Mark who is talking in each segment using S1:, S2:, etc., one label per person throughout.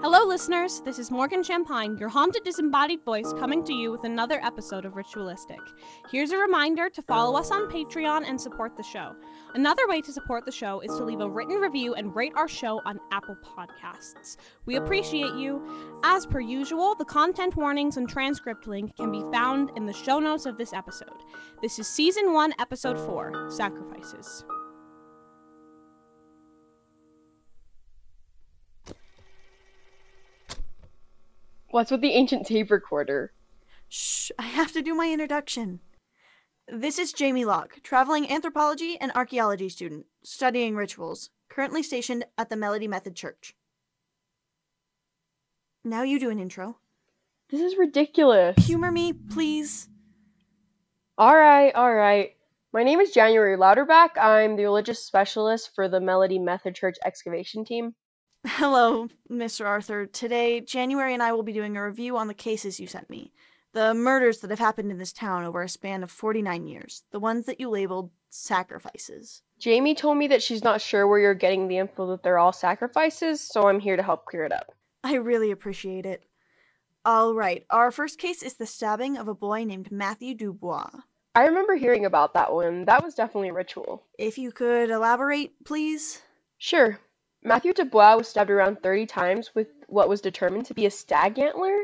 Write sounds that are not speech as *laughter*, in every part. S1: Hello, listeners. This is Morgan Champagne, your haunted disembodied voice, coming to you with another episode of Ritualistic. Here's a reminder to follow us on Patreon and support the show. Another way to support the show is to leave a written review and rate our show on Apple Podcasts. We appreciate you. As per usual, the content warnings and transcript link can be found in the show notes of this episode. This is Season 1, Episode 4 Sacrifices.
S2: What's with the ancient tape recorder?
S3: Shh, I have to do my introduction. This is Jamie Locke, traveling anthropology and archaeology student, studying rituals, currently stationed at the Melody Method Church. Now you do an intro.
S2: This is ridiculous.
S3: Humor me, please. *laughs*
S2: All right, all right. My name is January Louderback. I'm the religious specialist for the Melody Method Church excavation team.
S3: Hello, Mr. Arthur. Today, January and I will be doing a review on the cases you sent me. The murders that have happened in this town over a span of 49 years, the ones that you labeled sacrifices.
S2: Jamie told me that she's not sure where you're getting the info that they're all sacrifices, so I'm here to help clear it up.
S3: I really appreciate it. All right, our first case is the stabbing of a boy named Matthew Dubois.
S2: I remember hearing about that one. That was definitely a ritual.
S3: If you could elaborate, please.
S2: Sure. Matthew Dubois was stabbed around 30 times with what was determined to be a stag antler,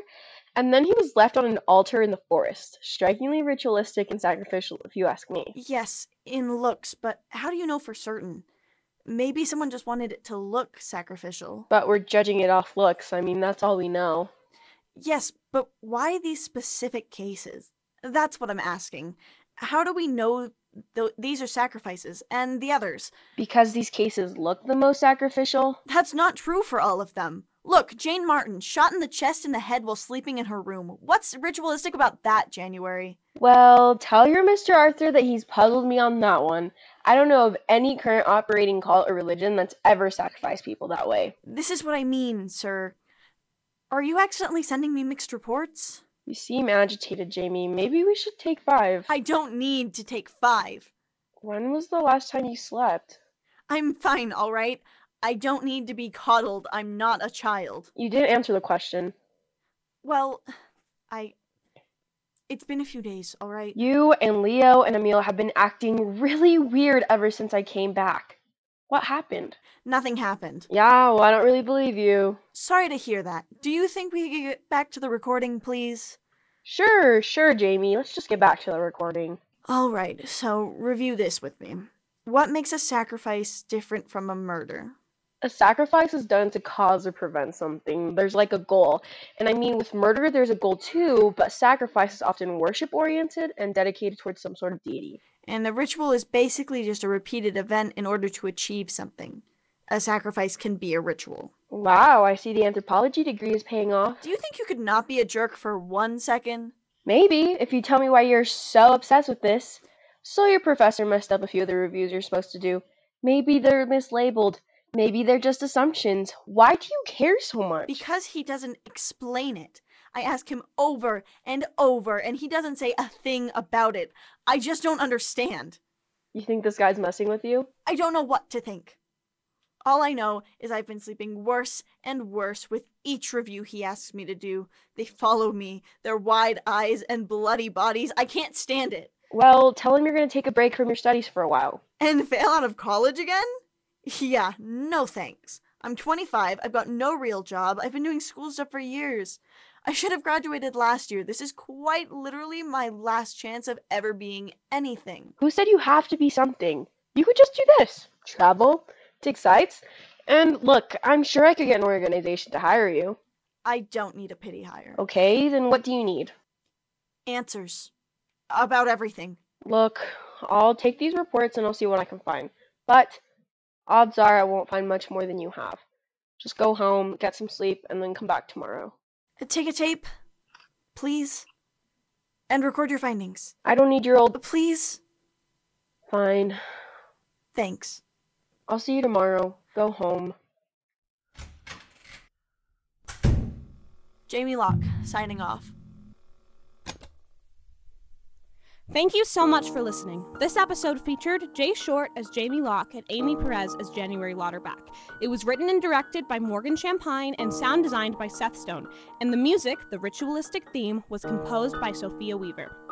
S2: and then he was left on an altar in the forest. Strikingly ritualistic and sacrificial, if you ask me.
S3: Yes, in looks, but how do you know for certain? Maybe someone just wanted it to look sacrificial.
S2: But we're judging it off looks. I mean, that's all we know.
S3: Yes, but why these specific cases? That's what I'm asking. How do we know th- these are sacrifices and the others?
S2: Because these cases look the most sacrificial,
S3: That's not true for all of them. Look, Jane Martin, shot in the chest and the head while sleeping in her room. What's ritualistic about that, January?
S2: Well, tell your Mr. Arthur that he's puzzled me on that one. I don't know of any current operating cult or religion that's ever sacrificed people that way.
S3: This is what I mean, sir. Are you accidentally sending me mixed reports?
S2: You seem agitated, Jamie. Maybe we should take five.
S3: I don't need to take five.
S2: When was the last time you slept?
S3: I'm fine, all right? I don't need to be coddled. I'm not a child.
S2: You didn't answer the question.
S3: Well, I. It's been a few days, all right?
S2: You and Leo and Emil have been acting really weird ever since I came back. What happened?
S3: Nothing happened.
S2: Yeah, well, I don't really believe you.
S3: Sorry to hear that. Do you think we could get back to the recording, please?
S2: Sure, sure, Jamie. Let's just get back to the recording.
S3: All right, so review this with me. What makes a sacrifice different from a murder?
S2: a sacrifice is done to cause or prevent something. There's like a goal. And I mean, with murder, there's a goal too, but sacrifice is often worship oriented and dedicated towards some sort of deity.
S3: And the ritual is basically just a repeated event in order to achieve something. A sacrifice can be a ritual.
S2: Wow, I see the anthropology degree is paying off.
S3: Do you think you could not be a jerk for one second?
S2: Maybe, if you tell me why you're so obsessed with this. So your professor messed up a few of the reviews you're supposed to do. Maybe they're mislabeled. Maybe they're just assumptions. Why do you care so much?
S3: Because he doesn't explain it. I ask him over and over, and he doesn't say a thing about it. I just don't understand.
S2: you think this guy's messing with you?
S3: I don't know what to think. All I know is I've been sleeping worse and worse with each review he asks me to do. They follow me, their wide eyes and bloody bodies. I can't stand it.
S2: Well, tell him you're going to take a break from your studies for a while.
S3: And *laughs* fail out of college again? Yeah, no thanks. I'm 25, I've got no real job, I've been doing school stuff for years. I should have graduated last year. This is quite literally my last chance of ever being anything.
S2: Who said you have to be something? You could just do this travel, take sites, and look, I'm sure I could get an organization to hire you.
S3: I don't need a pity hire.
S2: Okay, then what do you need?
S3: Answers about everything.
S2: Look, I'll take these reports and I'll see what I can find. But odds are I won't find much more than you have. Just go home, get some sleep, and then come back tomorrow.
S3: Uh, Take a tape, please, and record your findings.
S2: I don't need your old.
S3: Please,
S2: Fine.
S3: thanks.
S2: I'll see you tomorrow. Go home.
S3: Jamie Locke, signing off.
S1: Thank you so much for listening. This episode featured Jay Short as Jamie Locke and Amy Perez as January Lauterbach. It was written and directed by Morgan Champagne and sound designed by Seth Stone, and the music, the ritualistic theme, was composed by Sophia Weaver.